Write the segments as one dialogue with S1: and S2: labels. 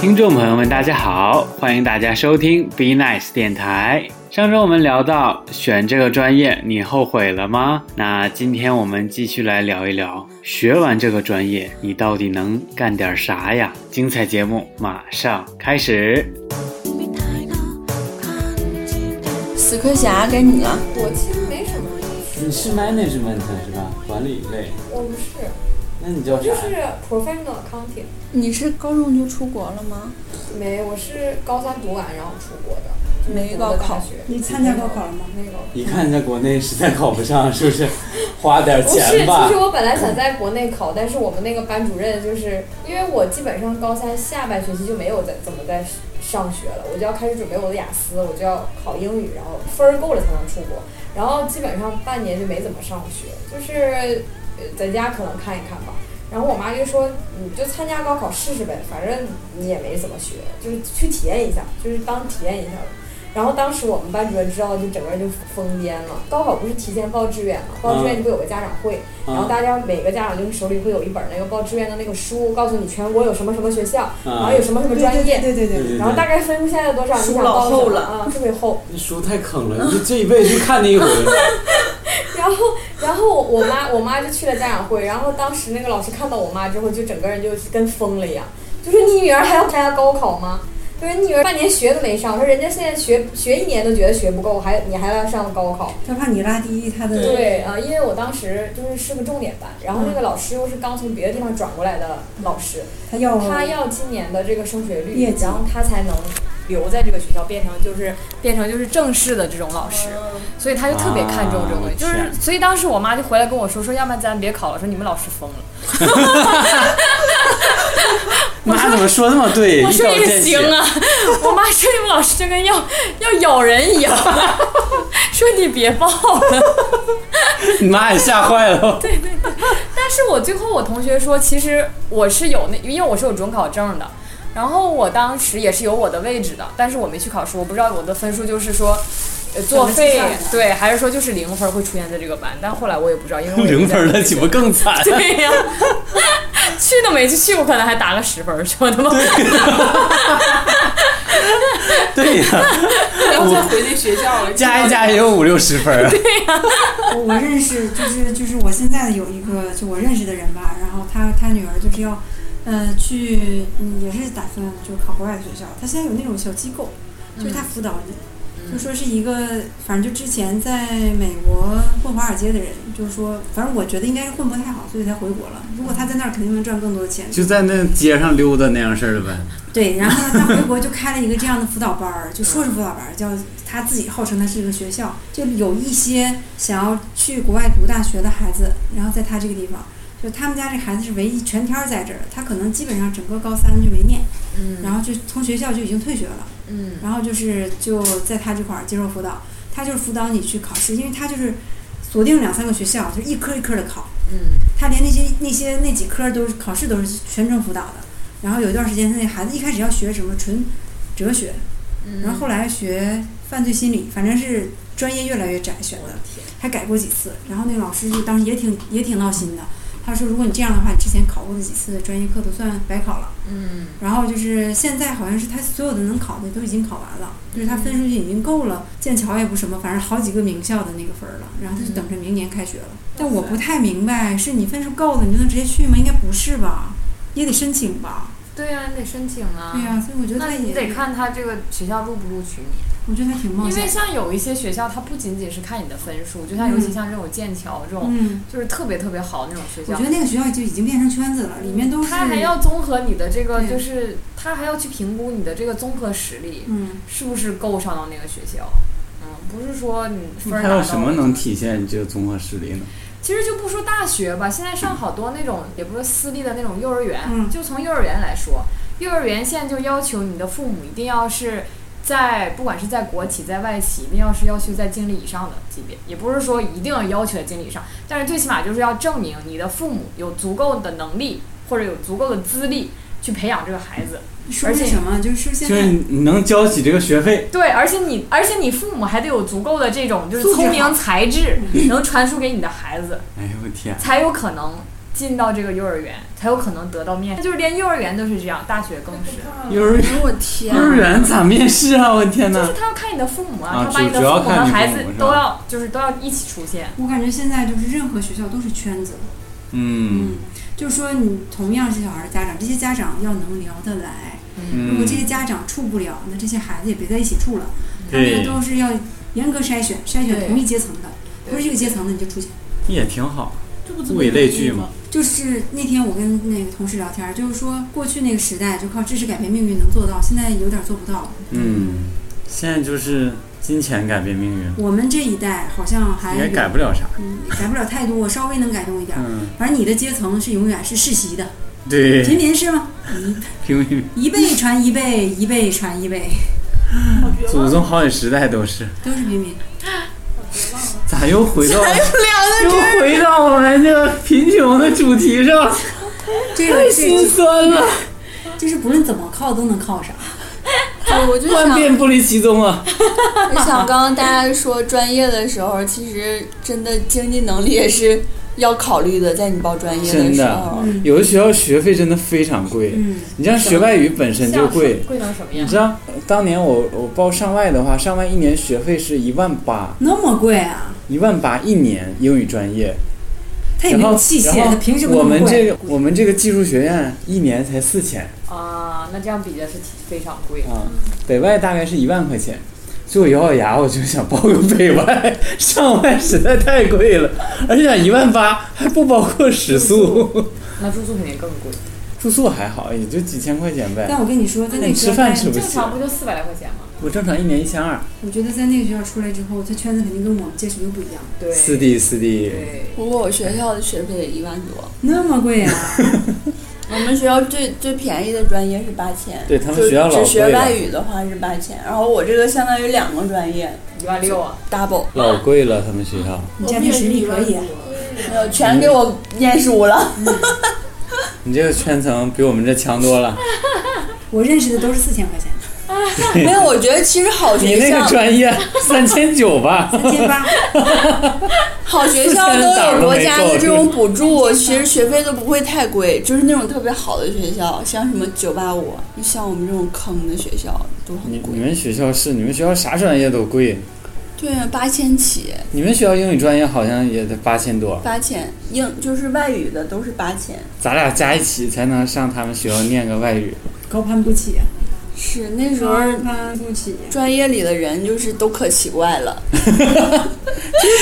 S1: 听众朋友们，大家好，欢迎大家收听 Be Nice 电台。上周我们聊到选这个专业，你后悔了吗？那今天我们继续来聊一聊，学完这个专业，你到底能干点啥呀？精彩节目马上开始。
S2: 死磕侠该你了，
S3: 我其实没什么，
S1: 你是 management 是吧？管理类，
S3: 我不是，
S1: 那你叫
S3: 我就是 professional accounting，
S2: 你是高中就出国了吗？
S3: 没，我是高三读完然后出国的，
S2: 没高考
S3: 大，学
S4: 你参加高考了吗？
S3: 没高考。
S5: 一看在国内实在考不上，是不是？花点
S3: 不是，
S5: 钱
S3: 其
S5: 吧
S3: 实。我本来想在国内考，但是我们那个班主任就是，因为我基本上高三下半学期就没有再怎么在上学了，我就要开始准备我的雅思，我就要考英语，然后分儿够了才能出国，然后基本上半年就没怎么上学，就是呃在家可能看一看吧。然后我妈就说，你就参加高考试试呗，反正你也没怎么学，就是去体验一下，就是当体验一下吧。然后当时我们班主任知道，就整个人就疯癫了。高考不是提前报志愿嘛，报志愿就会有个家长会，然后
S5: 啊
S3: 大家每个家长就是手里会有一本那个报志愿的那个书，告诉你全国有什么什么学校，然后
S5: 啊
S3: 有，什么什么
S4: 对
S3: 专业，
S4: 对对对对
S5: 对
S3: 哎然后大概分数线在多少，你
S2: 书
S3: 想
S2: 老
S3: 报什
S2: 厚
S3: 么
S2: 了
S3: 啊，特别厚。
S5: 那书太坑了，就这一辈子就看那一回。
S3: 然后，然后我妈我妈就去了家长会，然后当时那个老师看到我妈之后，就整个人就跟疯了一样，就说你女儿还要参加高考吗？就是你女儿半年学都没上，说人家现在学学一年都觉得学不够，还你还要上高考。
S4: 他怕你拉低他的。
S3: 对啊、呃因为我当时就是是个重点班，然后那个老师又是刚从别的地方转过来的老师，
S4: 他要
S3: 他要今年的这个升学率
S4: 哦业，绩
S3: 然后他才能留在这个学校，变成就是变成就是正式的这种老师，
S4: 哦
S3: 所以他就特别看重这个东西，
S1: 啊
S3: 就是
S1: 天
S3: 所以当时我妈就回来跟我说说，要不然咱别考了，说你们老师疯了。
S5: 妈怎么说那么
S1: 哎
S5: 对？
S3: 我
S5: 一
S3: 说
S5: 刀
S3: 也
S5: 见血
S3: 行。啊，我妈说你们老师就跟要要咬人一样， 说你别报了。
S5: 你妈也吓坏了。
S3: 但是我最后我同学说，其实我是有那，因为我是有准考证的，然后我当时也是有我的位置的，但是我没去考试，我不知道我的分数就是说。呃作废
S4: 怎么计算的
S3: 对，还是说就是零分会出现在这个班？但后来我也不知道，因为我也不
S5: 零
S3: 在
S5: 分了，岂不更惨？
S3: 对呀、 去都没去，去我可能还打个十分儿，我他妈
S5: 对呀，
S2: 然后再回那学校了。
S5: 加一加也有五六十分儿。
S4: 我我认识，就是就是我现在有一个就我认识的人吧，然后他他女儿就是要，呃，去嗯也是打算就是考国外的学校，他现在有那种小机构，就是他辅导你。就说是一个，反正就之前在美国混华尔街的人，就是说，反正我觉得应该是混不太好，所以才回国了。如果他在那儿，肯定能赚更多的钱。
S5: 就在那街上溜达那样式儿的呗。
S4: 对，然后呢，他回国就开了一个这样的辅导班儿，就说是辅导班儿，叫他自己号称他是一个学校，就有一些想要去国外读大学的孩子，然后在他这个地方，就他们家这孩子是唯一全天儿在这儿，他可能基本上整个高三就没念，然后就从学校就已经退学了，
S3: 嗯，
S4: 然后就是就在他这块儿接受辅导，他就是辅导你去考试，因为他就是锁定两三个学校，就是一科一科的考，
S3: 嗯，
S4: 他连那些那些那几科都是考试都是全程辅导的。然后有一段时间，他那孩子一开始要学什么纯哲学，然后后来学犯罪心理，反正是专业越来越窄选的，还改过几次。然后那个老师就当时也挺也挺闹心的，他说如果你这样的话，你之前考过的几次的专业课都算白考了。
S3: 嗯，
S4: 然后就是现在好像是他所有的能考的都已经考完了，就是他分数就已经够了，剑桥也不什么，反正好几个名校的那个分儿了。然后他就等着明年开学了。
S3: 嗯
S4: 但我不太明白，是你分数够了你就能直接去吗？应该不是吧，也得申请吧？
S3: 对呀、你得申请啊
S4: 对呀、所以我觉得
S3: 那
S4: 他
S3: 你
S4: 也，
S3: 得看他这个学校录不录取你，
S4: 我觉得他挺冒
S3: 因为
S4: 险。
S3: 像有一些学校，它不仅仅是看你的分数，就像尤其像这种剑桥这种，
S4: 嗯，
S3: 就是特别特别好的那种学
S4: 我
S3: 校
S4: 觉，得那个学校就已经变成圈子了，里面都是
S3: 它嗯还要综合你的这个，
S4: 对
S3: 就是它还要去评估你的这个综合实力
S4: 嗯，
S3: 是不是够上到那个学校。嗯，不是说你分儿
S5: 还
S3: 拿到
S5: 有什么能体现你这个综合实力呢？
S3: 其实就不说大学吧，现在上好多那种，也不是私立的那种幼儿园，
S4: 嗯
S3: 就从幼儿园来说，幼儿园现在就要求你的父母一定要是在，不管是在国企在外企，一定要是要求在经理以上的级别，也不是说一定要要求在经理以上，但是最起码就是要证明你的父母有足够的能力或者有足够的资历去培养这个孩子。
S4: 说
S3: 而且
S4: 是什么？就是现
S5: 就是
S4: 在
S5: 你能交起这个学费，
S3: 对，而且你，而且你父母还得有足够的这种就是
S4: 素质
S3: 聪明
S4: 好
S3: 才智，能传输给你的孩子。
S5: 哎呦我天！
S3: 才有可能进到这个幼儿园，才有可能得到面试。就是连幼儿园都是这样，大学更是，
S5: 幼儿园
S2: 哎呦我天
S5: 幼儿
S4: 嗯
S5: 园咋面试啊？我天
S3: 就
S5: 哪
S3: 是！他要看你的父母
S5: 啊
S3: 啊，他把
S5: 主
S3: 你的
S5: 主要
S3: 父母
S5: 看
S3: 和
S5: 你
S3: 孩
S5: 父
S3: 子
S5: 母是
S3: 都
S5: 吧
S3: 要就是都要一起出现。
S4: 我感觉现在就是任何学校都是圈子，
S5: 嗯
S4: 嗯，就是说你同样是小孩的家长，这些家长要能聊得来，如果
S5: 嗯
S4: 这，些家长处不了，那这些孩子也别在一起处了。他
S5: 对
S4: 们都是要严格筛选，筛选
S2: 对
S4: 同一阶层的，不是这个阶层的你就出去。
S5: 也挺好，
S2: 这不
S5: 物以类聚嘛。
S4: 就是那天我跟那个同事聊天儿，就是说过去那个时代就靠知识改变命运能做到，现在有点做不到。
S5: 嗯，现在就是金钱改变命运，
S4: 我们这一代好像还
S5: 也改不了啥。
S4: 嗯改不了太多，稍微能改动一点儿。
S5: 嗯，
S4: 反正你的阶层是永远是世袭的，
S5: 对，
S4: 平民是吗？
S5: 平民
S4: 一辈传一辈，一辈传一辈，
S5: 祖宗好几十代都是，
S4: 都是平民。
S5: 咋又回到
S2: 聊
S5: 又回到我们这个贫穷的主题上，
S4: 这个
S5: 心
S4: 这
S5: 酸啊了，
S4: 就是不论怎么靠都能靠上。
S2: 的，啊我就
S5: 万
S2: 想，
S5: 变不离其宗啊。
S2: 我想刚刚大家说专业的时候，其实真的经济能力也是要考虑的，在你报专业
S5: 真
S2: 时
S5: 的
S2: 候，
S4: 嗯
S5: 有的学校学费真的非常贵，
S4: 嗯，啊
S5: 你像学外语本身就贵，
S6: 贵成什么
S5: 你
S6: 样？
S5: 知道呃当年我我报上外的话，上外一年学费是一万八，
S4: 那么贵啊？
S5: 一万八一年英语专业，
S4: 他也
S5: 然
S4: 没
S5: 后
S4: 有哎器械，
S5: 然
S4: 他
S5: 后
S4: 凭什么
S5: 我
S4: 那
S5: 们
S4: 么
S5: 这
S4: 贵
S5: 个？我们这个技术学院一年才四千
S6: 啊，那这样比的是挺非常贵。
S5: 啊，北外大概是一万块钱。所以我咬咬牙，我就想报个北外，上外实在太贵了，而且一万八还不包括食宿，
S6: 那住宿肯定更贵，
S5: 住宿还好，也就几千块钱呗。
S4: 但我跟你说，在
S5: 那
S4: 那
S5: 你
S4: 个
S5: 吃
S4: 学
S5: 饭
S4: 校
S5: 吃
S4: 出
S5: 不
S4: 来，
S5: 起
S6: 正？常不就四百来块钱吗？
S5: 我正常一年一千二。
S4: 我觉得在那个学校出来之后，他圈子肯定跟我们接触就不一样。
S6: 对，
S5: 四 D 四 D，
S6: 对，
S2: 不过我学校的学费也一万多，
S4: 那么 贵啊？
S2: 我们学校最最便宜的专业是八千，
S5: 对他们
S2: 就
S5: 学校老
S2: 只学
S5: 贵了
S2: 外语的话是八千，然后我这个相当于两个专业
S6: 一万六 啊，
S2: double，
S5: 老贵了，他们学校。
S4: 你家庭实力可以啊。
S2: 没有全给我念书 了。
S5: 你这个圈层比我们这强多了。
S4: 我认识的都是四千块钱，
S2: 没有，我觉得其实好
S5: 你
S2: 学
S5: 那
S2: 校
S5: 个，专业三千九吧？
S4: 三千八。
S2: 好学校
S5: 四千
S2: 都
S5: 档
S2: 有
S5: 都
S2: 国
S5: 没
S2: 家
S5: 够
S2: 的这种补助，其实学费都不会太贵，就是那种特别好的学校，像什么九八五，像我们这种坑的学校都
S5: 你
S2: 很
S5: 你
S2: 贵。
S5: 们学校是你们学校啥专业都贵？
S2: 对啊，八千起，
S5: 你们学校英语专业好像也得八千多，
S2: 八千英就是外语的都是八千，
S5: 咱俩加一起才能上他们学校念个外语。
S4: 高攀不起啊，
S2: 是那时候
S4: 高攀不起。啊
S2: 专业里的人就是都可奇怪了。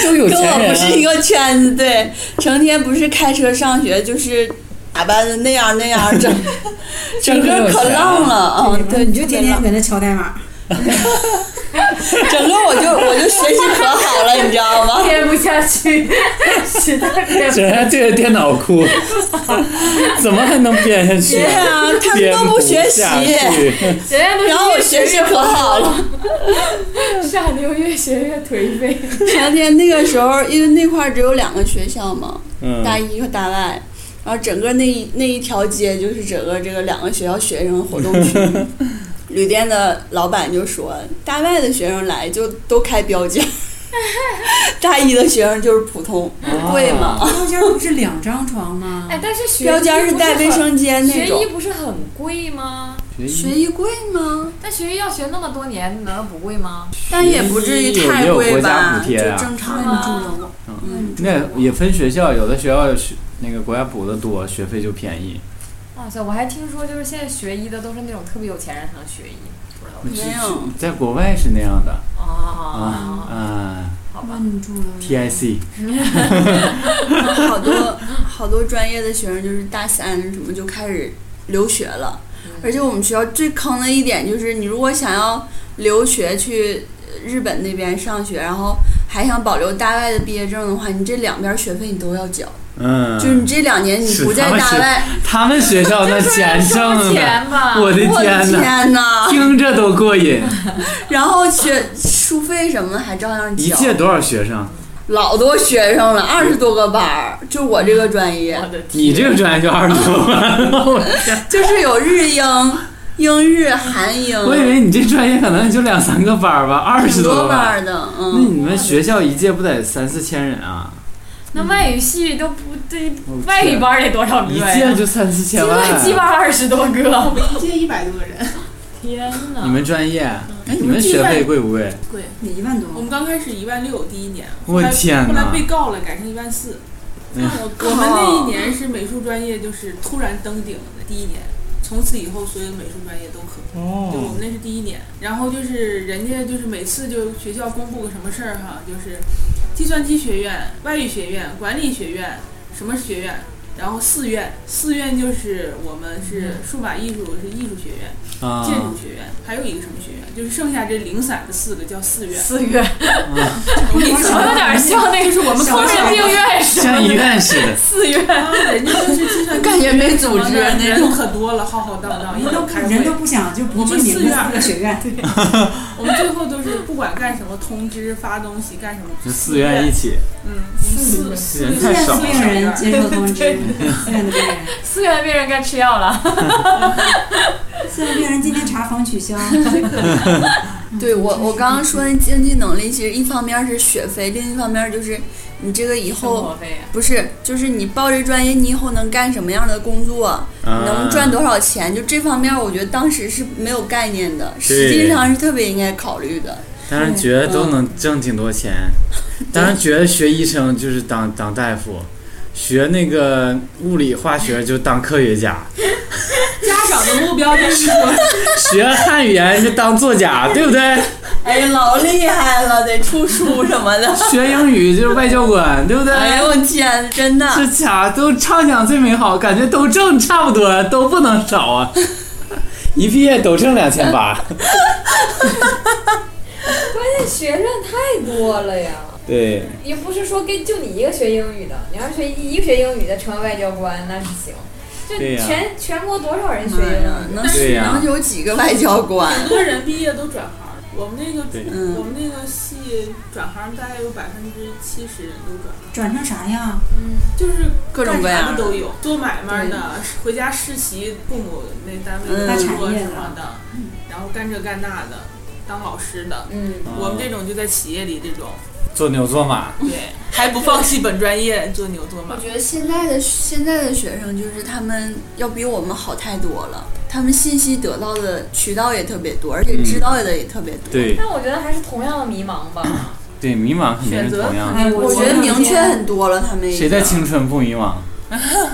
S5: 都 有
S2: 跟我
S5: 钱
S2: 不
S5: 人、
S2: 是一
S5: 啊。
S2: 个圈子，对，成天不是开车上学，就是打扮的那样那样，整整
S5: 啊
S2: 个可浪了啊！对，
S4: 你就天天
S2: 特
S4: 搁那敲代码，
S2: 别浪整个我就我就学习可好了，你知道吗？
S3: 编不下去，实在编
S5: 整天对着电脑哭， 怎么还能编下 去
S2: 对？啊，他们
S5: 编
S2: 都
S5: 不
S2: 学习，
S5: 下去，
S3: 人家都是
S2: 然后我学习可好了。
S3: 下流越学越颓废。
S2: 前天那个时候，因为那块儿只有两个学校嘛，
S5: 嗯
S2: 大一和大外，然后整个那一那一条街就是整个这个两个学校学生活动 区。旅店的老板就说，大外的学生来就都开标 间儿，大一的学生就是普通，不贵嘛。
S5: 啊？
S4: 中间不是两张床吗？
S3: 哎，但是学
S2: 标间儿
S3: 医
S2: 是
S3: 不
S2: 带卫
S3: 很。
S2: 生间那
S3: 学医
S2: 种。
S3: 不是很贵吗？
S5: 学
S2: 学
S5: 医
S2: 医贵吗？
S3: 但学医要学那么多年，能不贵吗？
S2: 但也不至于太
S5: 有也有
S2: 贵
S5: 国家
S2: 吧，
S5: 补贴啊
S2: 就正常
S4: 那你住楼，
S5: 那也分学校，有的学校学那个国家补的多，学费就便宜。
S3: 哇塞，我还听说就是现在学医的都是那种特别有钱人才能学医，不知道为
S2: 没有
S5: 在国外是那样的
S3: 啥
S5: 啊
S3: 啊，
S5: 啊
S3: 好
S4: 那
S3: 吧，
S4: 你住楼。
S5: ，TIC
S2: 好多好多专业的学生就是大三什么就开始留学了，而且我们学校最坑的一点就是，你如果想要留学去呃日本那边上学，然后还想保留大外的毕业证的话，你这两边学费你都要缴，
S5: 嗯，
S2: 就是你这两年你
S5: 是
S2: 不在
S5: 他们
S2: 大
S5: 是
S2: 外，
S5: 他们学校那
S3: 就
S5: 钱
S3: 是
S5: 挣
S3: 收
S5: 的，
S3: 钱吧，
S5: 我的
S2: 我的
S5: 天哪，
S2: 天呐，
S5: 听着都 过瘾。
S2: 然后学书费什么的还照样
S5: 一
S2: 缴，
S5: 届多少学生？
S2: 老多学生了，二十多个班儿，就我这个专业。
S3: 我的天，
S5: 你这个专业就二十多万，
S2: 嗯
S5: 我
S2: 就是有日英、英日、韩英，
S5: 我以为你这专业可能就两三个班儿吧，二
S2: 挺
S5: 十
S2: 多
S5: 万。
S2: 班的，
S5: 那
S2: 嗯，
S5: 你们学校一届不得三四千人啊？
S3: 那外语系都不对，
S5: 我
S3: 外语
S5: 天
S3: 班得多少个
S5: 一
S3: 呀？
S5: 届就三四千万，啊
S3: 鸡巴鸡巴二十多
S7: 我
S3: 个，
S7: 们一届一百多个人，
S3: 天哪！
S5: 你们专业？哎，你
S7: 我们
S5: 们
S7: 计
S5: 学
S7: 算
S5: 费贵不贵？
S7: 贵。
S4: 得一万多。
S7: 我们刚开始一万六，第一年，
S5: 我
S7: 后来
S5: 天
S7: 后
S5: 哪
S7: 来！被告了，改成一万四。
S5: 嗯
S7: 我我们那一年是美术专业，就是突然登顶的第一年，从此以后所有美术专业都可。对，我
S5: 哦
S7: 们，那是第一年。然后就是人家就是每次就学校公布个什么事儿哈，就是计算机学院、外语学院、管理学院什么学院，然后四院，四院就是我们是数码艺术是艺术学院、
S5: 啊
S7: 建筑学院，还有一个什么学院，就是剩下这零散的四个叫四院。
S3: 四月，
S7: 我跟你
S3: 怎么有点像那个是我们
S7: 小
S3: 精神病院似
S5: 像医
S3: 的？
S5: 院似的。
S3: 四月，
S7: 啊，人家就是计算机
S2: 感觉没组织
S7: 人
S2: 那
S7: 人可多了，浩浩荡荡，一到开
S4: 人都
S7: 会，
S4: 不想就不
S7: 我
S4: 具
S7: 们四
S4: 名
S7: 院
S4: 的四个学院，对，
S7: 我们最后都是不管干什么，通知发东西干什么，
S5: 就寺院一 起，
S7: 嗯，四四
S5: 人
S4: 四
S5: 太
S4: 院
S5: 少了
S4: 的病人 接受通知，四院的病人，
S3: 四月的病人该吃药了。
S4: 四院的病人今天查房取消，
S2: 对我，我刚刚说那经济能力，其实一方面是学费，另一方面就是你这个以
S3: 生
S2: 后
S3: 活费啊，
S2: 不是，就是你报这专业，你以后能干什么样的工作，
S5: 啊
S2: 能赚多少钱，就这方面，我觉得当时是没有概念的，实际上是特别应该考虑的。
S5: 当然觉得都能挣挺多钱，
S7: 嗯
S5: 当然觉得学医生就是当当大夫，学那个物理化学就当科学家，
S7: 家长的目标就是 说
S5: 学汉语言就当作家，对不对？
S2: 哎，老厉害了，得出书什么 的。
S5: 学英语就是外交官，对不对？
S2: 哎呦我天，真 的，
S5: 这家都畅想最美好，感觉都挣差不多，都不能少啊！ 一毕业都挣两千 八，
S6: 关键学生太多了呀。
S5: 对，
S6: 也不是说跟就你一个学英语的，你要是学一个学英语的成为外交官那是行，就
S5: 对呀
S6: 全、全国多少人学
S2: 妈
S6: 英
S2: 呀
S6: 语？
S2: 能
S5: 对呀
S2: 能有几个外交官？
S7: 很多人毕业都转行儿，我们那个
S5: 对
S2: 嗯
S7: 我们那个系转行大概有百分之七十人都转行，
S4: 转成啥样？
S7: 就是
S2: 各种各
S7: 干啥
S2: 样
S7: 的
S2: 的
S7: 都有，做买卖的，回家实习父母那单位
S2: 嗯
S7: 的工
S4: 干
S7: 作
S4: 产业
S7: 什么的，然后干这干那的，当老师的。
S6: 嗯，
S7: 我们这种就在企业里这种，
S5: 做牛做马，
S7: 对，还不放弃本专业做牛做马
S2: 我。觉得现在的现在的学生就是他们要比我们好太多了，他们信息得到的渠道也特别多，而且知道的也特别多。
S5: 对
S6: 但我觉得还是同样的迷茫吧。
S5: 对，迷茫肯定是同样的。
S4: 哎，
S2: 我觉得明确很多了，他们已经
S5: 谁的青春不迷茫？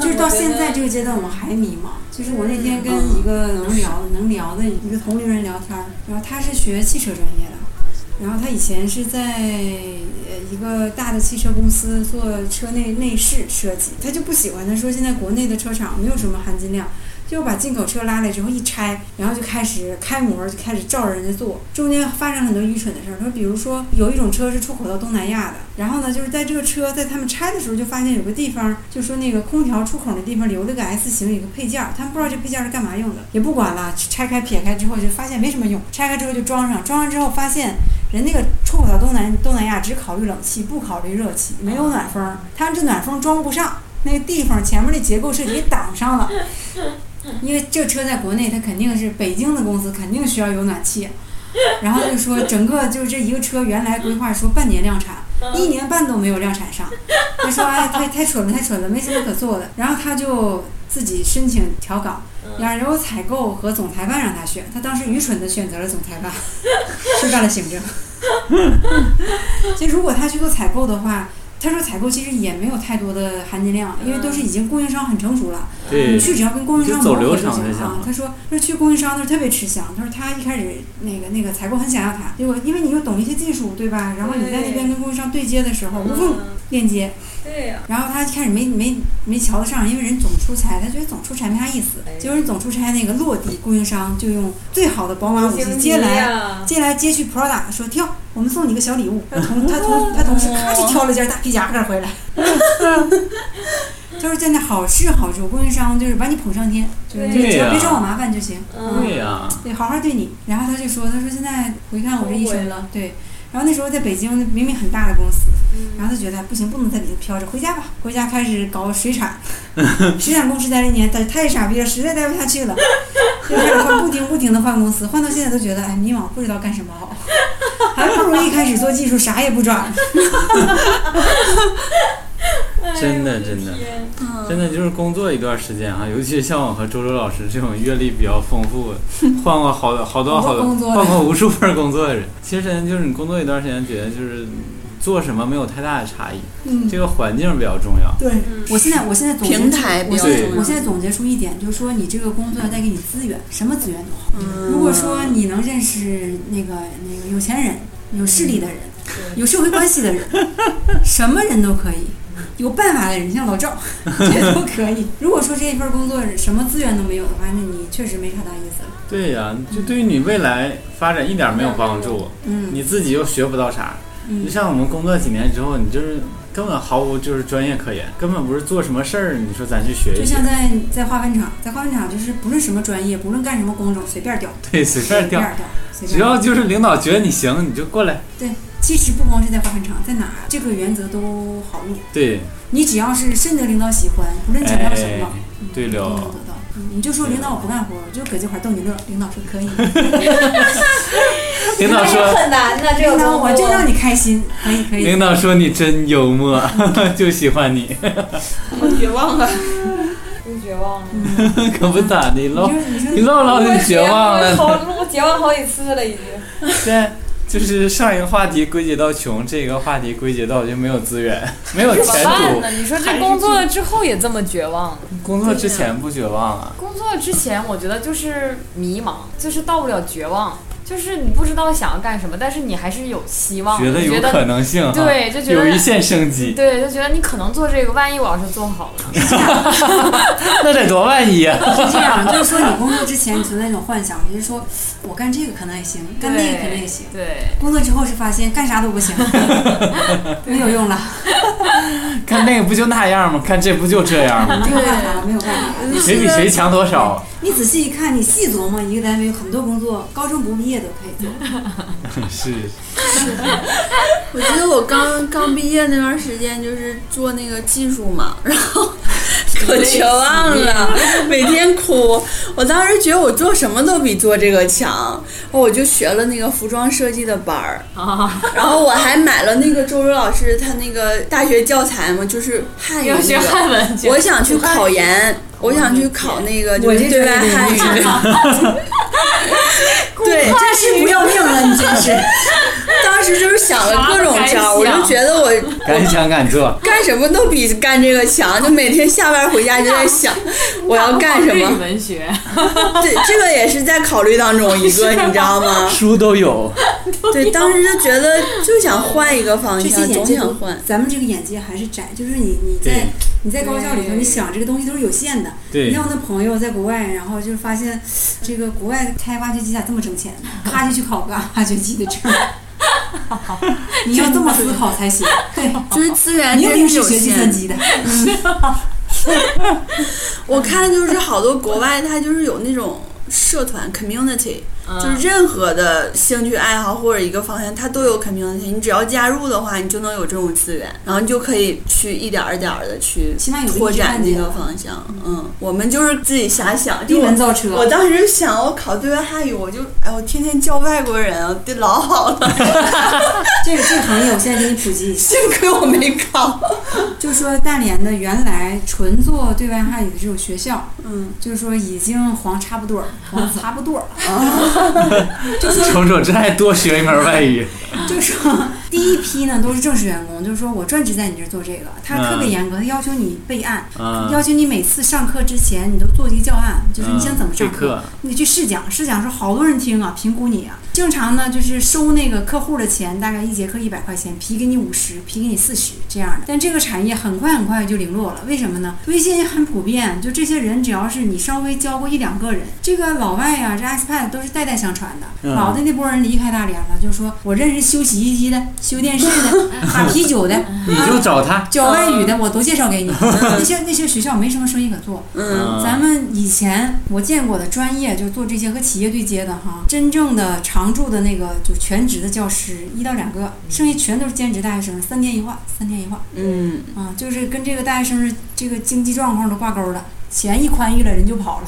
S4: 就是到现在这个阶段，我还迷茫。就是我那天跟一个能聊、能聊的一个同龄人聊天儿，然后他是学汽车专业的，然后他以前是在呃一个大的汽车公司做车内内饰设计，他就不喜欢。他说现在国内的车厂没有什么含金量，就把进口车拉来之后一拆，然后就开始开模，就开始照着人家做，中间发生很多愚蠢的事儿。他说，比如说有一种车是出口到东南亚的，然后呢，就是在这个车在他们拆的时候就发现有个地方，就说那个空调出口的地方留了个 S 型一个配件儿，他们不知道这配件儿是干嘛用的，也不管了，拆开撇开之后就发现没什么用，拆开之后就装上，装上之后发现。人那个出口到东南东南亚只考虑冷气，不考虑热气，没有暖风，他们这暖风装不上，那个地方前面的结构设计给挡上了， 因为这车在国内，它肯定是北京的公司，肯定需要有暖气。然后就说整个就是这一个车原来规划说半年量产，一年半都没有量产上。他说哎，太太蠢了，太蠢了，没什么可做的。然后他就自己申请调岗，然后由采购和总裁办让他选，他当时愚蠢的选择了总裁办，去干了行政。 其实如果他去做采购的话，他说采购其实也没有太多的含金量，因为都是已经供应商很成熟了。
S5: 对
S4: 你去只要跟供应商
S5: 就走
S4: 磨合
S5: 流
S4: 就
S5: 程
S4: 行
S5: 就行
S4: 啊
S5: 了。
S4: 他说，他说去供应商那儿特别吃香。他说他一开始那个那个采购很想要他，结果因为你又懂一些技术，对吧？然后你在那边跟供应商对接的时候
S3: 嗯
S4: 无缝
S5: 嗯
S4: 链接，
S6: 对呀、
S4: 然后他一开始没没没瞧得上，因为人总出差，他觉得总出差没啥意思。
S5: 哎
S4: 结果人总出差那个落地供应商就用最好的宝马五系接来，接来接去 Prada 说跳，我们送你个小礼 物。他同他
S5: 哦
S4: 同他同事咔就挑了件大皮夹克回来，
S5: 嗯
S4: 就是在那好吃好处，供应商就是把你捧上天，就是你
S5: 对
S4: 只
S5: 呀
S4: 要别找我麻烦就行。
S6: 嗯
S5: 对呀、
S4: 对，好好对你。然后他就说，他说现在回看我这一生了，对。然后那时候在北京，明明很大的公司，然后他觉得不行，不能在北京飘着，回家吧，回家开始搞水产，水产公司待了一年，但是太傻逼了，实在待不下去了，就开始换不停不停的换公司，换到现在都觉得哎迷茫，不知道干什么好，还不如一开始做技术啥也不转。
S5: 真的真的真的就是工作一段时间啊哈、尤其是像我和周周老师这种阅历比较丰富，换过好多好多好多
S4: 工作的
S5: 换过无数份工作的人，其实真的就是你工作一段时间，觉得就是做什么没有太大的差异，
S4: 嗯，
S5: 这个环境比较重要。
S4: 对我现在我现在总结
S2: 嗯平台啊比
S4: 我
S2: 较
S5: 对
S2: 重要
S4: 我现在总结出一点，就是说你这个工作要带给你资源，什么资源都好。
S2: 嗯
S4: 如果说你能认识那个那个有钱人、有势力的人、
S2: 嗯
S4: 有社会关 系的人，什么人都可以，有办法的人，像老 赵，这都可以。如果说这一份工作什么资源都没有的话，那你确实没啥大意思了。
S5: 对呀、就对于你未来发展一点没有帮助，
S4: 嗯
S5: 你自己又学不到啥。
S4: 嗯
S5: 就，像我们工作几年之后，你就是根本毫无就是专业可言，根本不是做什么事儿，你说咱去学
S4: 就
S5: 一学
S4: 像，在在化粪场，在化粪场就是不论什么专业，不论干什么工种，随便调，
S5: 对，随便
S4: 随便
S5: 调，
S4: 调，随
S5: 只
S4: 便调。
S5: 要就是领导觉得你行，你就过来。
S4: 其实不光是在化粪场，在哪儿这个原则都好用。
S5: 对，
S4: 你只要是深得领导喜欢，不论强调什么
S5: 哎，对
S4: 都能
S5: 了
S4: 得，到。嗯你就说领导我不干活，我就搁这块儿逗你乐。领导说可以，
S5: 领导说，
S6: 很难
S3: 嗯
S6: 的这个
S4: 领导
S6: 工作
S4: 我就让你开心，可以可以
S5: 领。导说你真幽默， 就喜欢你，
S7: 好绝望啊！
S6: 你绝望了。
S5: 可不咋的
S4: 你
S5: 唠
S4: 说，你
S5: 你
S4: 说
S5: 唠唠
S6: 我
S5: 就绝望
S6: 我
S5: 了。
S6: 好，我绝望好几次了已经。
S5: 现在就是上一个话题归结到穷，这个话题归结到就没有资源，没有
S6: 怎么
S5: 前
S6: 办
S5: 途
S6: 呢。？
S3: 你说这工作了之后也这么绝望？
S5: 工作之前不绝望啊，
S3: 工作之前我觉得就是迷茫，就是到不了绝望，就是你不知道想要干什么，但是你还是有希望，
S5: 觉得有可能性哈，
S3: 对，就觉
S5: 有
S3: 得
S5: 一线生机，
S3: 对，就觉得你可能做这个，万一我要是做好了呢，
S5: 那得多万一啊！
S4: 是这样，就是说你工作之前你存在一种幻想，就是说我干这个可能也行，干那个可能也行。
S3: 对，
S4: 工作之后是发现干啥都不 行，没有用了，
S5: 看那个不就那样吗？看这不就这样 吗？
S4: 没有办法了，没有办法 了。
S5: 谁比谁强多少？
S4: 你仔细一看，你细琢磨，一个单位有很多工作，高中不毕业都可以做。
S5: 是，
S2: 我记得我刚刚毕业那段时间，就是做那个技术嘛，然 后可绝望了，每天哭。我当时觉得我做什么都比做这个强，我就学了那个服装设计的班儿，然后我还买了那个周周老师他那个大学教材嘛，就是汉语
S3: 要学
S2: 那个
S3: 汉文去。
S2: 我想去考研，我想去考那个就是对外汉语。 对，真是不要命了，你真 是。当时就是想了各种招，我就觉得我
S5: 敢想敢做，
S2: 干什么都比干这个强，就每天下班回家就在 想我要干什
S3: 考虑
S2: 么。
S3: 文学，
S2: 对，啊这个也是在考虑当 中一个，你知道吗？
S5: 书 都有，
S2: 对，当时就觉得就想换一个方
S4: 这些
S2: 向，
S4: 眼
S2: 总
S4: 界
S2: 想
S4: 不
S2: 换。
S4: 嗯咱们这个眼界还是窄，就是你你
S5: 对
S4: 在你在高校里头，
S3: 对
S4: 你想这个东西都是有限的。你
S5: 对
S4: 像，我那朋友在国外，然后就发现这个国外开挖掘机咋这么挣钱，咔就去考个挖掘机的证儿。你要这么思考 才行，对，
S2: 哎就是资源
S4: 你一定
S2: 真
S4: 是
S2: 有
S4: 学计
S2: 限
S4: 算。机的，
S2: 我看就是好多国外，它就是有那种社团 community，就是
S4: 嗯
S2: 任何的兴趣爱好或者一个方向，它都有 community。你只要加入的话，你就能有这种资源，然后你就可以去一点儿一点的去
S4: 起码有个
S2: 拓展这
S4: 一知
S2: 个
S4: 半解
S2: 方向。嗯，我们就是自己瞎想，
S4: 闭
S2: 就
S4: 门
S2: 我。
S4: 造车。
S2: 我当时想，我考对外汉语，我就哎，我天天教外国人啊，对老好了，
S4: 这个这个行业，我现在给你普及一下，
S2: 幸亏我没考。
S4: 就说大连的原来纯做对外汉语的这种学校，
S2: 嗯，
S4: 就是说已经黄差不多儿， 黄差不多儿了。
S5: 瞅瞅，这还多学一门外语，
S4: 就说第一批呢都是正式员工，就是说我专职在你这儿做这个，他特别严格，他要求你备案，
S5: 嗯，
S4: 要求你每次上课之前你都做一个教案，就是你想怎么上
S5: 嗯备课
S4: 你得去试讲，试讲说好多人听啊，评估你啊。正常呢就是收那个客户的钱，大概一节课一百块钱，批给你五十，批给你四十这样的。但这个产业很快很快就零落了，为什么呢？微信很普遍，就这些人只要是你稍微教过一两个人，这个老外啊，这 expat 都是代代相传的。
S5: 嗯
S4: 老的那波人离开大连了，就说我认识修洗衣机的、修电视的、打啤酒 的、
S5: 你就找他，
S4: 教
S2: 嗯
S4: 外语的，我都介绍给 你。那些那些学校没什么生意可做，
S2: 嗯，
S4: 咱们以前我见过的专业，就做这些和企业对接的哈，真正的常驻的那个就全职的教师一到两个，剩下全都是兼职大学生，三天一换，三天一换，
S2: 嗯，
S4: 啊，就是跟这个大学生是这个经济状况都挂钩了。钱一宽裕了，人就跑了，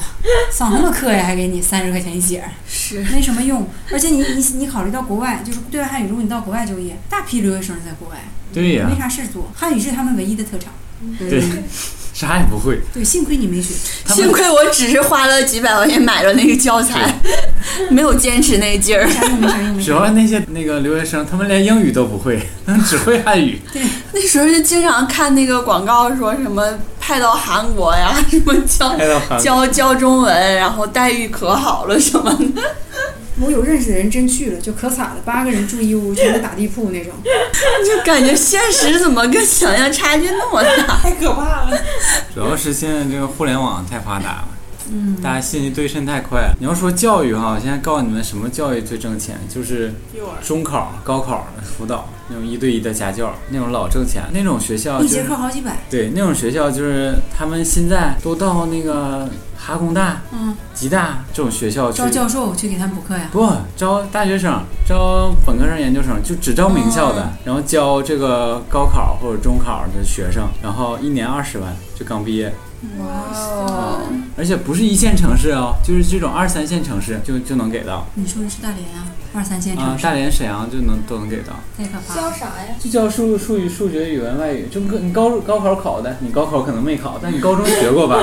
S4: 上什么课呀？还给你三十块钱一节儿，
S2: 是
S4: 没什么用。而且你你你考虑到国外，就是对外汉语，如果你到国外就业，大批留学生在国外，
S5: 对呀
S4: 没，啥事儿做，汉语是他们唯一的特长。
S5: 对，啥也不会。
S4: 对，幸亏你没学。
S5: 他们
S2: 幸亏我只是花了几百块钱买了那个教材，没有坚持那劲儿。
S4: 啥用没啥用没
S5: 主
S4: 啥用。
S5: 要那些那个留学生，他们连英语都不会， 他们只会汉语。
S2: 那时候就经常看那个广告，说什么派到韩国呀， 什么教
S5: 开到韩国，
S2: 教教中文，然后待遇可好了什么的。
S4: 我有认识的人真去了，就可惨了，八个人住一屋，全都打地铺那种。
S5: 啊
S2: 就感觉现实怎么跟想象差距那么 大？
S7: 太可怕了。
S5: 主要是现在这个互联网太发达了。嗯，大家信息对称太快了。你要说教育哈，我现在告诉你们什么教育最挣钱，就是
S7: 幼儿
S5: 中考、高考辅导那种一对一的家教，那种老挣钱。那种学校
S4: 一
S5: 就
S4: 节
S5: 是
S4: 课好几百，
S5: 对那种学校，就是他们现在都到那个哈工大、
S4: 嗯，
S5: 吉大这种学校去
S4: 招教授去给他们补课呀。
S5: 不招大学生，招本科生、研究生，就只招名校的，然后教这个高考或者中考的学生，然后一年二十万就刚毕业，
S2: 哦，
S5: 而且不是一线城市哦，就是这种二三线城市就就能给到
S4: 你说的是大连啊，二三线
S5: 啊
S4: 城，市，
S5: 大连、沈阳就能都能给到，
S4: 太可怕
S6: 教
S4: 了。
S6: 啥呀？
S5: 就教数数语、数学、语文、外语，就跟你高高考考的，你高考可能没考，但你高中学 过吧，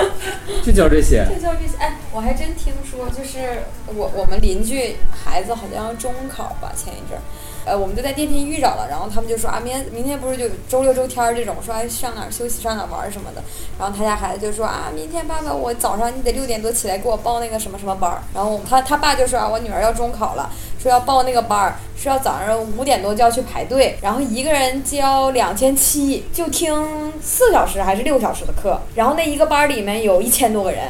S5: 就教这些。
S6: 这教这些，哎，我还真听说，就是我我们邻居孩子好像中考吧，前一阵儿，呃，我们就在电梯遇着了，然后他们就说啊，明天明天不是就周六周天儿这种，说哎上哪儿休息，上哪儿玩儿什么的，然后他家孩子就说啊，明天爸爸我早上你得六点多起来给我报那个什么什么班儿，然后他他爸就说啊，我女儿要中考了，说要报那个班儿，说要早上五点多就要去排队，然后一个人交两千七，就听四个小时还是六个小时的课，然后那一个班儿里面有一千多个人。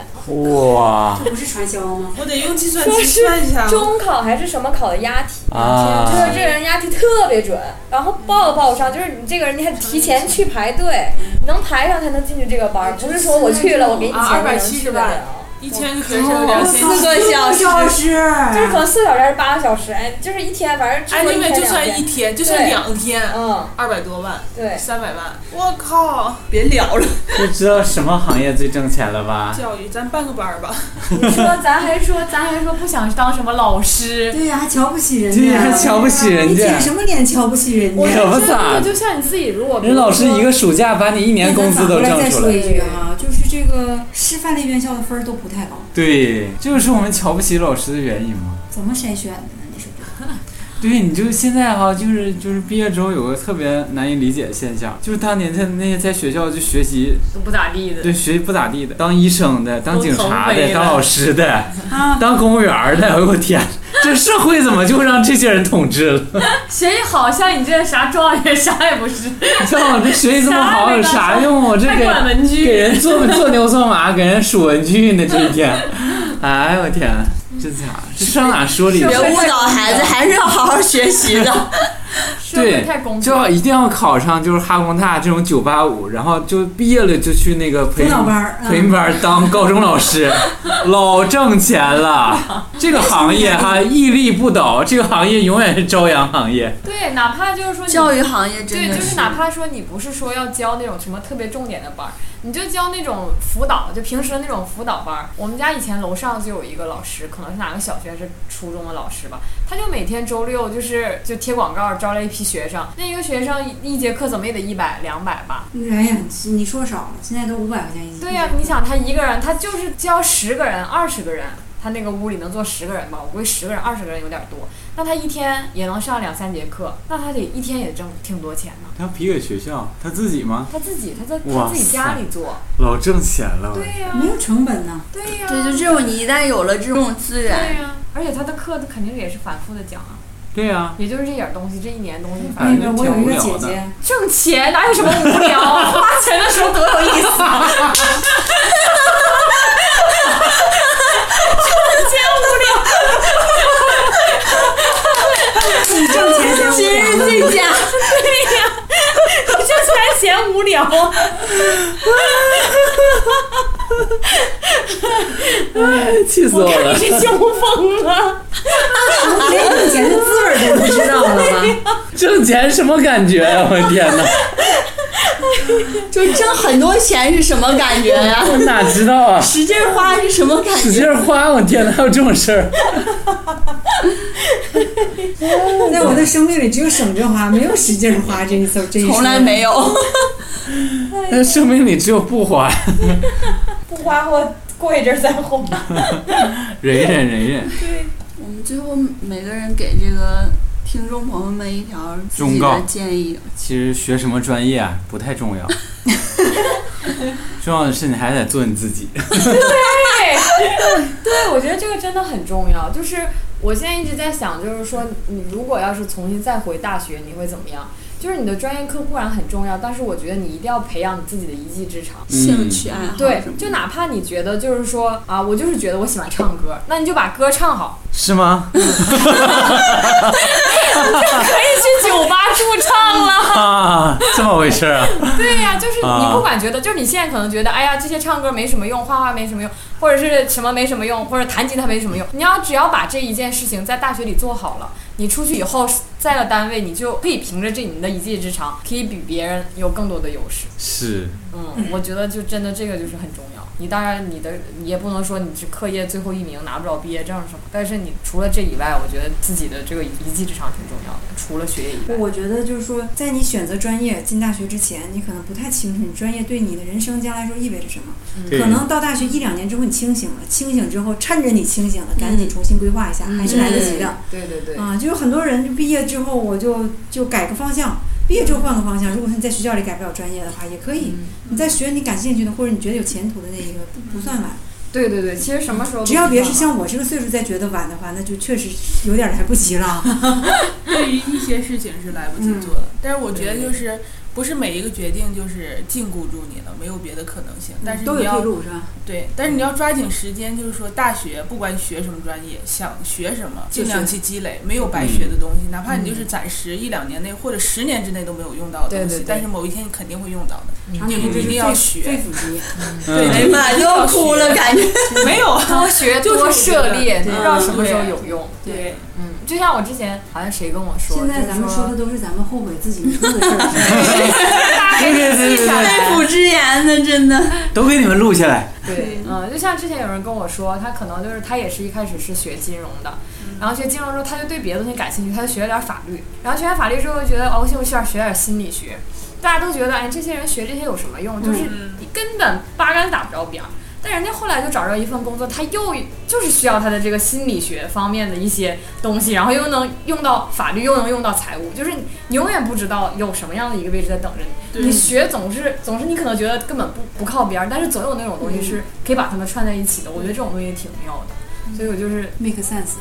S5: 哇
S4: 这不是传销吗？
S7: 我得用计算机算一下。
S6: 中考还是什么考的押题，就
S5: 啊
S6: 是！这个人押题特别准，然后报都报不上，就是你这个人你还提前去排队，
S3: 嗯
S6: 能排上才能进去这个班儿，不是说我去了我给你
S7: 啊
S6: 钱我能
S7: 270
S6: 去得了。
S7: 一千个学生，两千
S4: 哦
S2: 四个小时
S4: 小时，
S6: 就是可能四个小时还是八个小时，哎，就是一天，反正超
S7: 哎，
S6: 过
S7: 那
S6: 一
S7: 边
S6: 天
S3: 啊
S7: 就
S6: 两
S7: 算一
S6: 天。
S7: 天，就算
S6: 对
S7: 两
S3: 哦
S7: 天，
S6: 嗯，
S7: 二百多万，
S6: 对，
S7: 三百万，我靠，别聊了。
S5: 就知道什么行业最挣钱了吧？
S7: 教育，咱办个班儿吧。
S3: 你说咱还说咱还说不想当什么老师，
S4: 对呀、还瞧不起人
S5: 这还
S4: 家，
S5: 瞧不起人
S4: 你
S5: 家
S4: 舔，什么脸瞧不 起人
S5: 我
S4: 家？
S5: 可不咋的
S3: 就像你自己，如果比
S5: 啊人
S3: 如
S5: 老师
S3: 说
S5: 一个暑假把你一年工资都
S4: 那咱反过来
S5: 挣
S4: 再
S5: 出
S4: 说
S5: 来。
S4: 一句啊，就是这个师范类院校的分儿都不太高，
S5: 对，这就是我们瞧不起老师的原因嘛。
S4: 怎么筛选的呢？你说这
S5: 对，你就现在哈、就是就是毕业之后有个特别难以理解的现象，就是当年在那些在学校就学习，
S3: 都不咋地的，
S5: 对学习不咋地的，当医生的、当警察
S3: 都腾飞
S5: 的、
S3: 了
S5: 当老师的、
S4: 啊，
S5: 当公务员的，哎呦我天，这社会怎么就让这些人统治了？
S3: 谁好像你这啥状元啥也不是，
S5: 你看我这学习这么好有啥用？我这
S3: 还
S5: 给
S3: 管文
S5: 给
S3: 具，
S5: 人做做牛做马，给人数文具呢，这一天，哎我天，真惨，这上哪说理去？
S2: 别误导
S5: 哎
S2: 孩子，还是要好好学习的。
S3: 社会太公
S5: 就
S3: 平了
S5: 要。一定要考上就是哈工大这种九八五，然后就毕业了就去那个培
S4: 辅导
S5: 训
S4: 班儿，嗯
S5: 培训班儿当高中老师，老挣钱了。这个行业哈屹立不倒，这个行业永远是朝阳行业。
S3: 对，哪怕就是说你
S2: 教育行业真
S3: 对，
S2: 的
S3: 就是哪怕说你不是说要教那种什么特别重点的班儿，你就教那种辅导，就平时的那种辅导班儿。我们家以前楼上就有一个老师，可能是哪个小学还是初中的老师吧，他就每天周六就是就贴广告招了一批学生，那一个学生一一节课怎么也得一百两百吧。
S4: 哎呀，你说少了，现在都五百块钱一节。
S3: 对呀、你想他一个人，他就是教十个人、二十个人，他那个屋里能坐十个人吧？我估计十个人、二十个人有点多，那他一天也能上两三节课，那他得一天也挣挺多钱呢。
S5: 他批给学校，他自己吗？
S3: 他自己，他在
S5: 哇
S3: 他自己家里做。
S5: 老挣钱了。
S3: 对呀、
S4: 没有成本呢，
S3: 对呀、
S2: 对，就这种你一旦有了这种资
S3: 对
S2: 源，
S3: 呀、而且他的课肯定也是反复的讲啊，
S5: 对呀、
S3: 也就是这点东西，这一年东西反
S4: 那
S3: 正
S5: 哎
S4: 个我有一个姐 姐，
S3: 挣钱哪有什么无聊？啊 花钱的时候多有意思啊！
S4: 你挣钱才
S2: 今
S4: 无
S2: 日
S4: 聊呢。
S2: 最佳。
S3: 挣钱嫌无聊，
S5: 气死我了！
S3: 是交疯了。
S4: 连挣钱的滋味儿都不知道了吧？
S5: 挣钱什么感觉呀、我的天哪，
S2: 就挣很多钱是什么感觉呀、
S5: 我哪知道啊？
S2: 使劲花是什么感
S5: 使劲
S2: 觉？
S5: 儿花，我天哪，还有这种事儿？
S4: 在 我的生命里，只有省着花，没有使劲儿花这一次，这一
S2: 从来没
S4: 有。
S2: 有。
S6: 哎
S5: 那证明你只有不还，
S6: 不花或过一阵儿再哄。
S5: 忍一忍，忍一忍。
S2: 我们最后每个人给这个听众朋友们一条自己
S5: 忠告
S2: 的建议，
S5: 其实学什么专业啊不太重要，重要的是你还得做你自己。
S3: 对，我觉得这个真的很重要。就是我现在一直在想，就是说，你如果要是重新再回大学，你会怎么样？就是你的专业课固然很重要，但是我觉得你一定要培养你自己的一技之
S5: 嗯
S3: 长。
S2: 兴趣爱好
S3: 对
S2: 什么，的
S3: 就哪怕你觉得就是说啊，我就是觉得我喜欢唱歌，那你就把歌唱好，
S5: 是吗？
S3: 可以去酒吧驻唱了。
S5: 啊，这么回事儿啊？
S3: 对呀、就是
S5: 啊
S3: 你不管觉得，就是你现在可能觉得，哎呀，这些唱歌没什么用，画画没什么用，或者是什么没什么用，或者弹吉他没什么用。你要只要把这一件事情在大学里做好了，你出去以后在了单位，你就可以凭着这你的一技之长，可以比别人有更多的优势。
S5: 是，
S3: 嗯，我觉得就真的这个就是很重要。你当然你的你也不能说你是课业最后一名拿不着毕业证什么，但是你除了这以外，我觉得自己的这个一技之长挺重要的，除了学业以外。
S4: 我觉得就是说，在你选择专业进大学之前，你可能不太清楚你专业对你的人生将来说意味着什么。
S5: 对
S4: 可能到大学一两年之后，你清醒了，清醒之后，趁着你清醒了，赶
S3: 嗯
S4: 紧重新规划一下，还是来得及的。
S3: 对对对，
S4: 啊，就有很多人就毕业之后，我就就改个方向，毕业之后换个方向。如果说你在学校里改不了专业的话，也可
S3: 嗯
S4: 以，你再学你感兴趣的或者你觉得有前途的那一个，不不算晚。
S3: 对对对，其实什么时候都
S4: 只要别
S3: 一
S4: 是
S3: 样
S4: 像我这个岁数再觉得晚的话，那就确实有点来不及了。
S7: 对于一些事情是来不及做的，但是我觉得就是不是每一个决定就是禁锢住你了，没有别的可能性。但是
S4: 都
S7: 你
S4: 有退
S7: 要
S4: 路是吧？
S7: 对，但是你要抓紧时间，就是说大学不管学什么专业，想学什么，
S4: 就
S7: 尽
S4: 是
S7: 量去积累，没有白学的东西，哪怕你就是暂时一两年内或者十年之内都没有用到的
S3: 对
S7: 东
S3: 对对，
S7: 西但是某一天你肯定会用到的，
S4: 长
S7: 你
S4: 颈鹿
S7: 一
S4: 这是
S7: 定要
S4: 肺肺
S7: 学。
S4: 腑之言，
S7: 对，
S2: 哎
S5: 嗯
S7: 哎
S2: 呀妈，又要哭了，感 觉
S7: 没 有啊，
S3: 多学多涉猎，
S4: 就是
S3: 你不知道什么时候有用。
S7: 对，
S3: 嗯，就像我之前好像谁跟我说，
S4: 现在咱们
S3: 就是
S4: 说
S3: 说
S4: 的都是咱们后悔自己没做的事儿，
S3: 大家给自己想
S2: 肺腑之言呢，真的。
S5: 都给你们录下来。
S3: 对，嗯，就像之前有人跟我说，他可能就是他也是一开始是学金融的，
S4: 嗯
S3: 然后学金融之后，他就对别的东西感兴趣，他就学了点法律，然后学完法律之后就觉得，哦，我想学点心理学。大家都觉得，哎，这些人学这些有什么用？就是
S7: 嗯
S3: 你根本八竿子打不着边儿。但人家后来就找着一份工作，他又就是需要他的这个心理学方面的一些东西，然后又能用到法律，又能用到财务，就是你你永远不知道有什么样的一个位置在等着你。
S7: 对
S3: 你学总是总是你可能觉得根本不不靠边儿，但是总有那种东西是可以把它们串在一起的。我觉得这种东西挺妙的，所以我就是。
S4: make sense。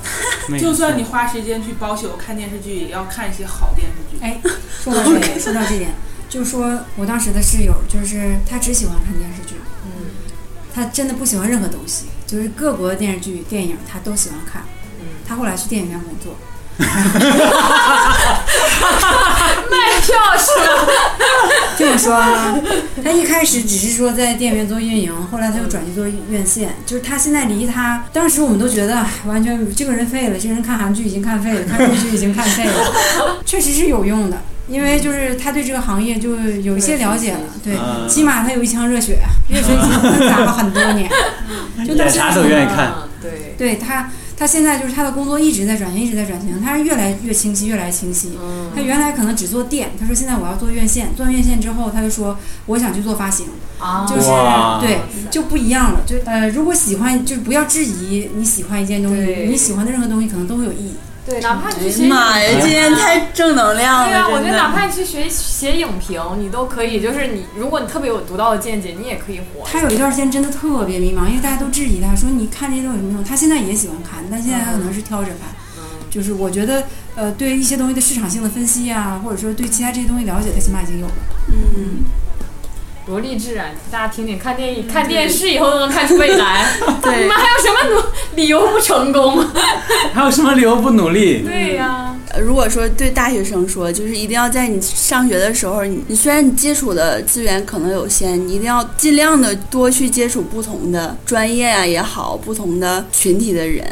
S7: 就算你花时间去包宿看电视剧，也要看一些好电视剧。
S4: 哎，说到这个，说到这点，就说我当时的室友，就是他只喜欢看电视剧，
S3: 嗯，
S4: 他真的不喜欢任何东西，就是各国的电视剧、电影他都喜欢看。他后来去电影院工作，
S3: 卖票是吧？
S4: 听我说啊， 他一开始只是说在电影院做运营，后来他又转去做院线，就是他现在离他当时我们都觉得哎完全这个人废了，这个人看韩剧已经看废了，看日剧已经看废了，确实是有用的，因为就是他对这个行业就有一些了解了，对，
S5: 嗯
S4: 起码他有一腔热血，热血已经打了很多年， 就到
S5: 演
S4: 现
S5: 啥
S4: 在
S5: 都愿意看。
S3: 嗯，对，
S4: 对他，他现在就是他的工作一直在转型，一直在转型，他是越来越清晰，越来越清晰。
S3: 嗯，
S4: 他原来可能只做店，他说现在我要做院线，做完院线之后，他就说我想去做发行，
S3: 啊，
S4: 就是
S5: 哇
S4: 对就不一样了。就呃，如果喜欢，就是不要质疑你喜欢一件东西，
S3: 对
S4: 你喜欢的任何东西可能都会有意义。
S3: 对，哪怕
S2: 哎
S3: 你
S2: 呀
S3: 去
S2: 妈呀，今天太正能量
S3: 对啊，
S2: 了，
S3: 我觉
S2: 真
S3: 得哪
S2: 的。
S3: 怕你去学写影评，你都可以，就是你，如果你特别有独到的见解，你也可以火。
S4: 他有一段时间真的特别迷茫，因为大家都质疑他说你看这些东西有什么用？他现在也喜欢看，但现在他可能是挑着看。就是我觉得，呃，对一些东西的市场性的分析啊，或者说对其他这些东西了解，他起码已经有了。
S2: 嗯，
S3: 多励志啊！大家听听，看电影、看电视以后都能看出未来。 你
S7: 对
S3: 们还有什么努理由不成功？
S5: 还有什么理由不努力？
S3: 对呀、
S2: 呃如果说对大学生说，就是一定要在你上学的时候，你你虽然你接触的资源可能有限，你一定要尽量的多去接触不同的专业啊也好，不同的群体的人，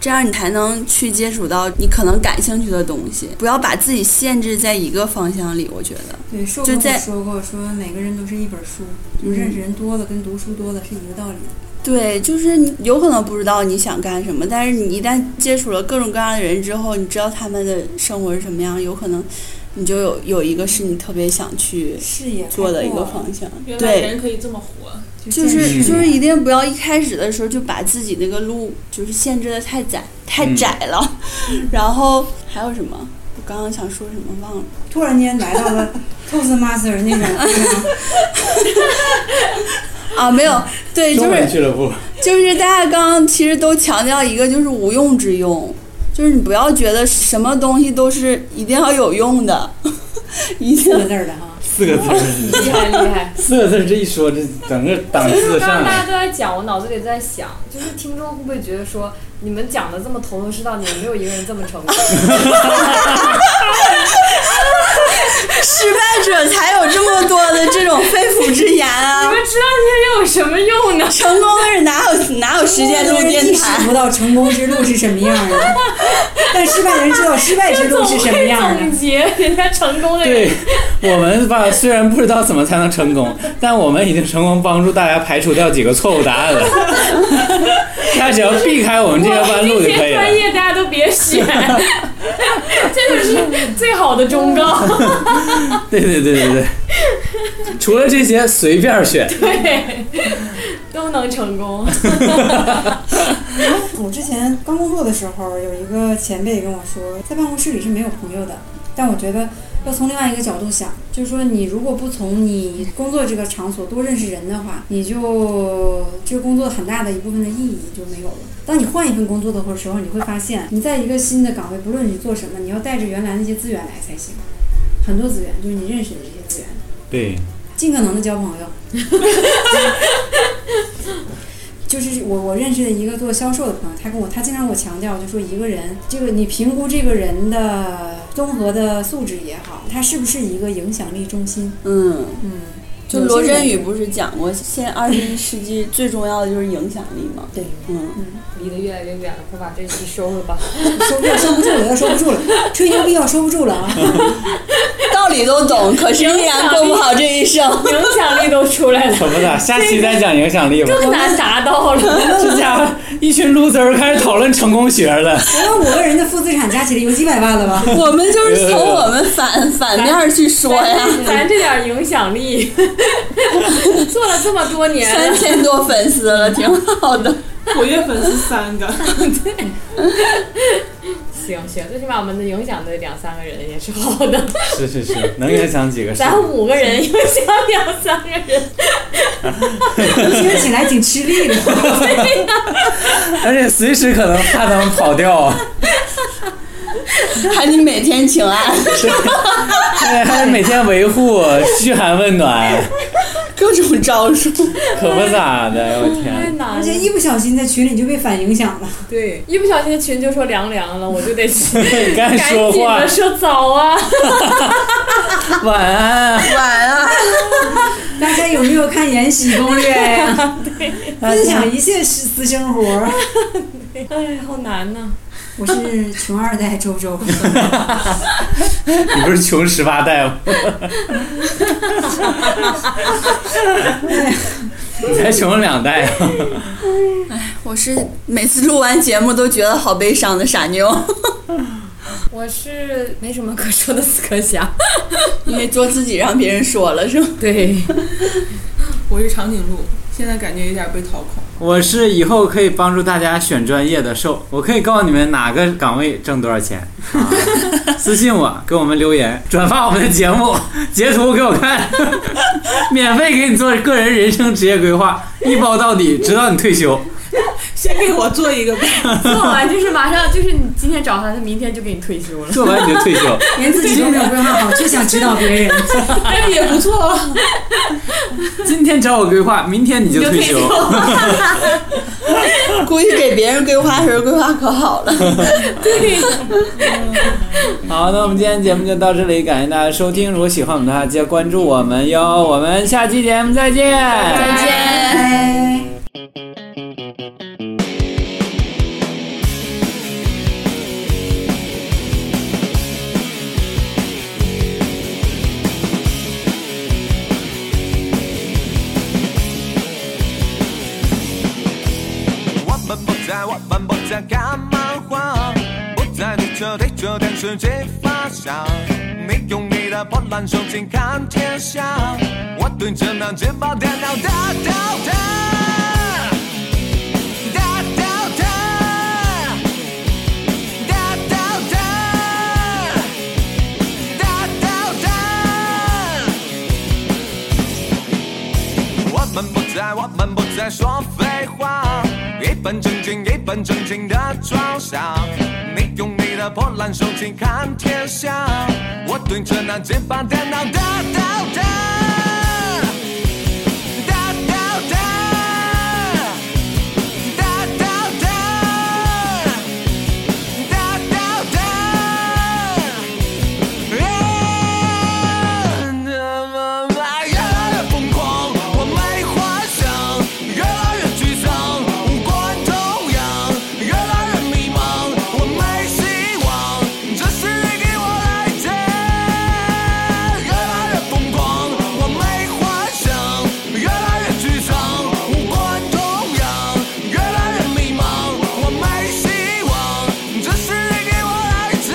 S2: 这样你才能去接触到你可能感兴趣的东西，不要把自己限制在一个方向里。我觉得，
S4: 对，瘦
S2: 就
S4: 跟我
S2: 在
S4: 说过，说每个人都是一本书，就认识人多了跟读书多了是一个道理。
S2: 对，就是你有可能不知道你想干什么，但是你一旦接触了各种各样的人之后，你知道他们的生活是什么样，有可能你就有有一个是你特别想去
S4: 视野开
S2: 做的一个
S4: 阔
S2: 方向。
S7: 原来
S2: 对，
S7: 人可以这么活，
S4: 就
S2: 就
S4: 见
S2: 是
S4: 识
S2: 就是
S5: 嗯
S2: 一定不要一开始的时候就把自己那个路就是限制的太窄
S5: 嗯
S2: 太窄了， 然后还有什么？我刚刚想说什么忘了。
S4: 突然间来到 了 Toastmaster 那种，
S2: 啊，没有，对，
S5: 中
S2: 就
S5: 文
S2: 是
S5: 俱乐部，
S2: 就是大家刚刚其实都强调一个，就是无用之用，就是你不要觉得什么东西都是一定要有用的， 一
S4: 四个
S2: 定
S4: 字儿的哈，
S5: 四个字，
S6: 厉害厉害。
S5: 四个字，这一说，这整个档
S3: 就是
S5: 次
S3: 刚刚
S5: 上
S3: 大家
S5: 来。
S3: 都在讲，我脑子里都在想，就是听众会不会觉得说，你们讲的这么头头是道，你们没有一个人这么 成功？
S2: 失败者才有这么多的这种肺腑之言
S3: 你
S2: 啊
S3: 们！知道这些又有什么用呢？
S2: 成功的人哪有哪有时间录
S4: 人
S2: 电
S4: 意识
S2: 台？
S4: 不到成功之路是什么样的，但失败的人知道失败之路是什么 样
S3: 总
S4: 的。
S3: 结人家成功的人，
S5: 对我们吧，虽然不知道怎么才能成功，但我们已经成功帮助大家排除掉几个错误答案了。大家只要避开我们这条弯路就
S3: 这
S5: 可以
S3: 些
S5: 了
S3: 专。业大家都别选， 这就是最好的忠告。
S5: 对对对对对，除了这些随便选。
S3: 对， 都能成功。
S4: 我之前刚工作的时候，有一个前辈跟我说，在办公室里是没有朋友的。但我觉得要从另外一个角度想，就是说你如果不从你工作这个场所多认识人的话，你就这个工作很大的一部分的意义就没有了。当你换一份工作的时候，你会发现你在一个新的岗位，不论你做什么，你要带着原来那些资源来才行。很多资源就是你认识的这些资源，
S5: 对，
S4: 尽可能的交朋友。就是我我认识的一个做销售的朋友，他跟我他经常跟我强调，就说一个人这个你评估这个人的综合的素质也好，他是不是一个影响力中心？
S2: 嗯，
S4: 嗯，
S2: 就罗振宇不是讲过，现在二十一世纪最重要的就是影响力嘛。
S4: 对，
S2: 嗯，
S3: 离得越来越远了，快把这期收了吧。
S4: 收不住，收不住了，要收不住了，吹牛逼要收不住了啊！
S2: 道理都懂，可是依然过不好这一生。
S3: 影响力都出来了，
S5: 可不咋，下期再讲影响力吧。
S3: 更难达到了。
S5: 这家伙一群 loser 开始讨论成功学了。
S4: 我们五个人的负资产加起来有几百万了吧？
S2: 我们就是从我们反反面儿去说呀。
S3: 咱这点影响 力，做了这么多年
S2: 三
S3: 了，
S2: 千多粉丝了，挺好的。
S7: 活跃粉丝三个，
S3: 行行，最起码我们能影响的两三个人也是好的，
S5: 是是是，能影响几个是？
S3: 咱五个人影响两三个人，
S4: 听起来挺吃力的。
S5: 而且随时可能怕他们跑掉啊。
S2: 还得每天请安，
S5: 对，还得每天维护嘘寒问暖，
S2: 各种招数。
S5: 可不咋的。
S3: 太
S5: 我天，
S3: 难
S4: 而
S3: 了
S4: 且。一不小心在群里就被反影响了。
S3: 对，一不小心群就说凉凉了，我就得
S5: 你 刚才
S3: 赶
S5: 说
S3: 紧
S5: 话
S3: 的，说早啊。
S5: 晚安。
S2: 晚安，
S4: 大家有没有看《延禧攻略》呀？分享一切私私生活。
S3: 哎，好难呐、
S4: 我是穷二代周周，
S5: 你不是穷十八代 吗？你才穷两代啊！
S2: 我是每次录完节目都觉得好悲伤的傻妞，
S3: 我是没什么可说的，死磕侠。
S2: 因为做自己让别人说了是吗？
S3: 对，
S7: 我是长颈鹿，现在感觉有点被掏空。
S5: 我是以后可以帮助大家选专业的兽，我可以告诉你们哪个岗位挣多少 钱。啊、私信我，给我们留言，转发我们的节目，截图给我看， 免费给你做个人人生职业规划，一包到底，直到你退休。
S7: 先给我做一个呗，
S3: 做完就是马上就是你今天找他，他明天就给你退休了。
S5: 做完你就退休，
S4: 连自己都没有规划好，却想指导别人。
S3: 哎
S7: 也不错啊。
S5: 今天找我规划，明天你就退休。
S2: 故意给别人规划时候规划可好了。
S5: 好，那我们今天节目就到这里，感谢大家收听。如果喜欢我们的话，记得关注我们哟。我们下期节目再见。
S3: 再见。
S4: 哎。
S8: 我们不在，我们不在干漫画，不在你着对着电视机发笑，你用你的破烂手机看天下，我对着那只爆电脑哒哒哒，哒哒哒，哒哒哒，哒哒哒。我们不再，我们不再说废话，一本正经，一本正经的装傻。你用你的破烂手机看天下，我对着那几把电脑哒哒哒，哒哒哒，哒哒哒，哒哒哒。越来越疯狂，我没幻想；越来越沮丧，无关痛痒；越来越迷茫，我没希望。这是你给我来的。越来越疯狂，我没幻想；越来越沮丧，无关痛痒；越来越迷茫，我没希望。这是你给我来的。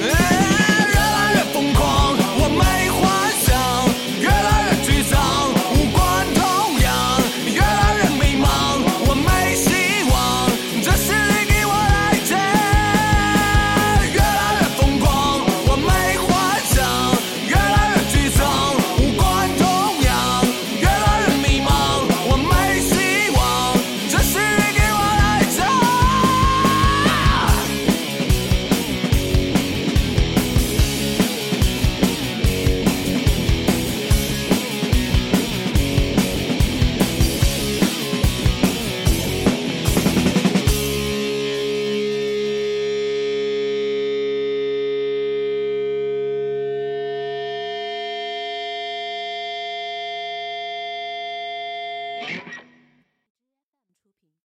S8: 越来越疯狂，我没幻想；越来越沮丧，无关痛痒；越来越迷茫，我没希望。这是你给我来的。越来越疯狂，我没幻想；越来越沮丧，无关痛痒；越来越迷茫，我没希望。这是你给我来的。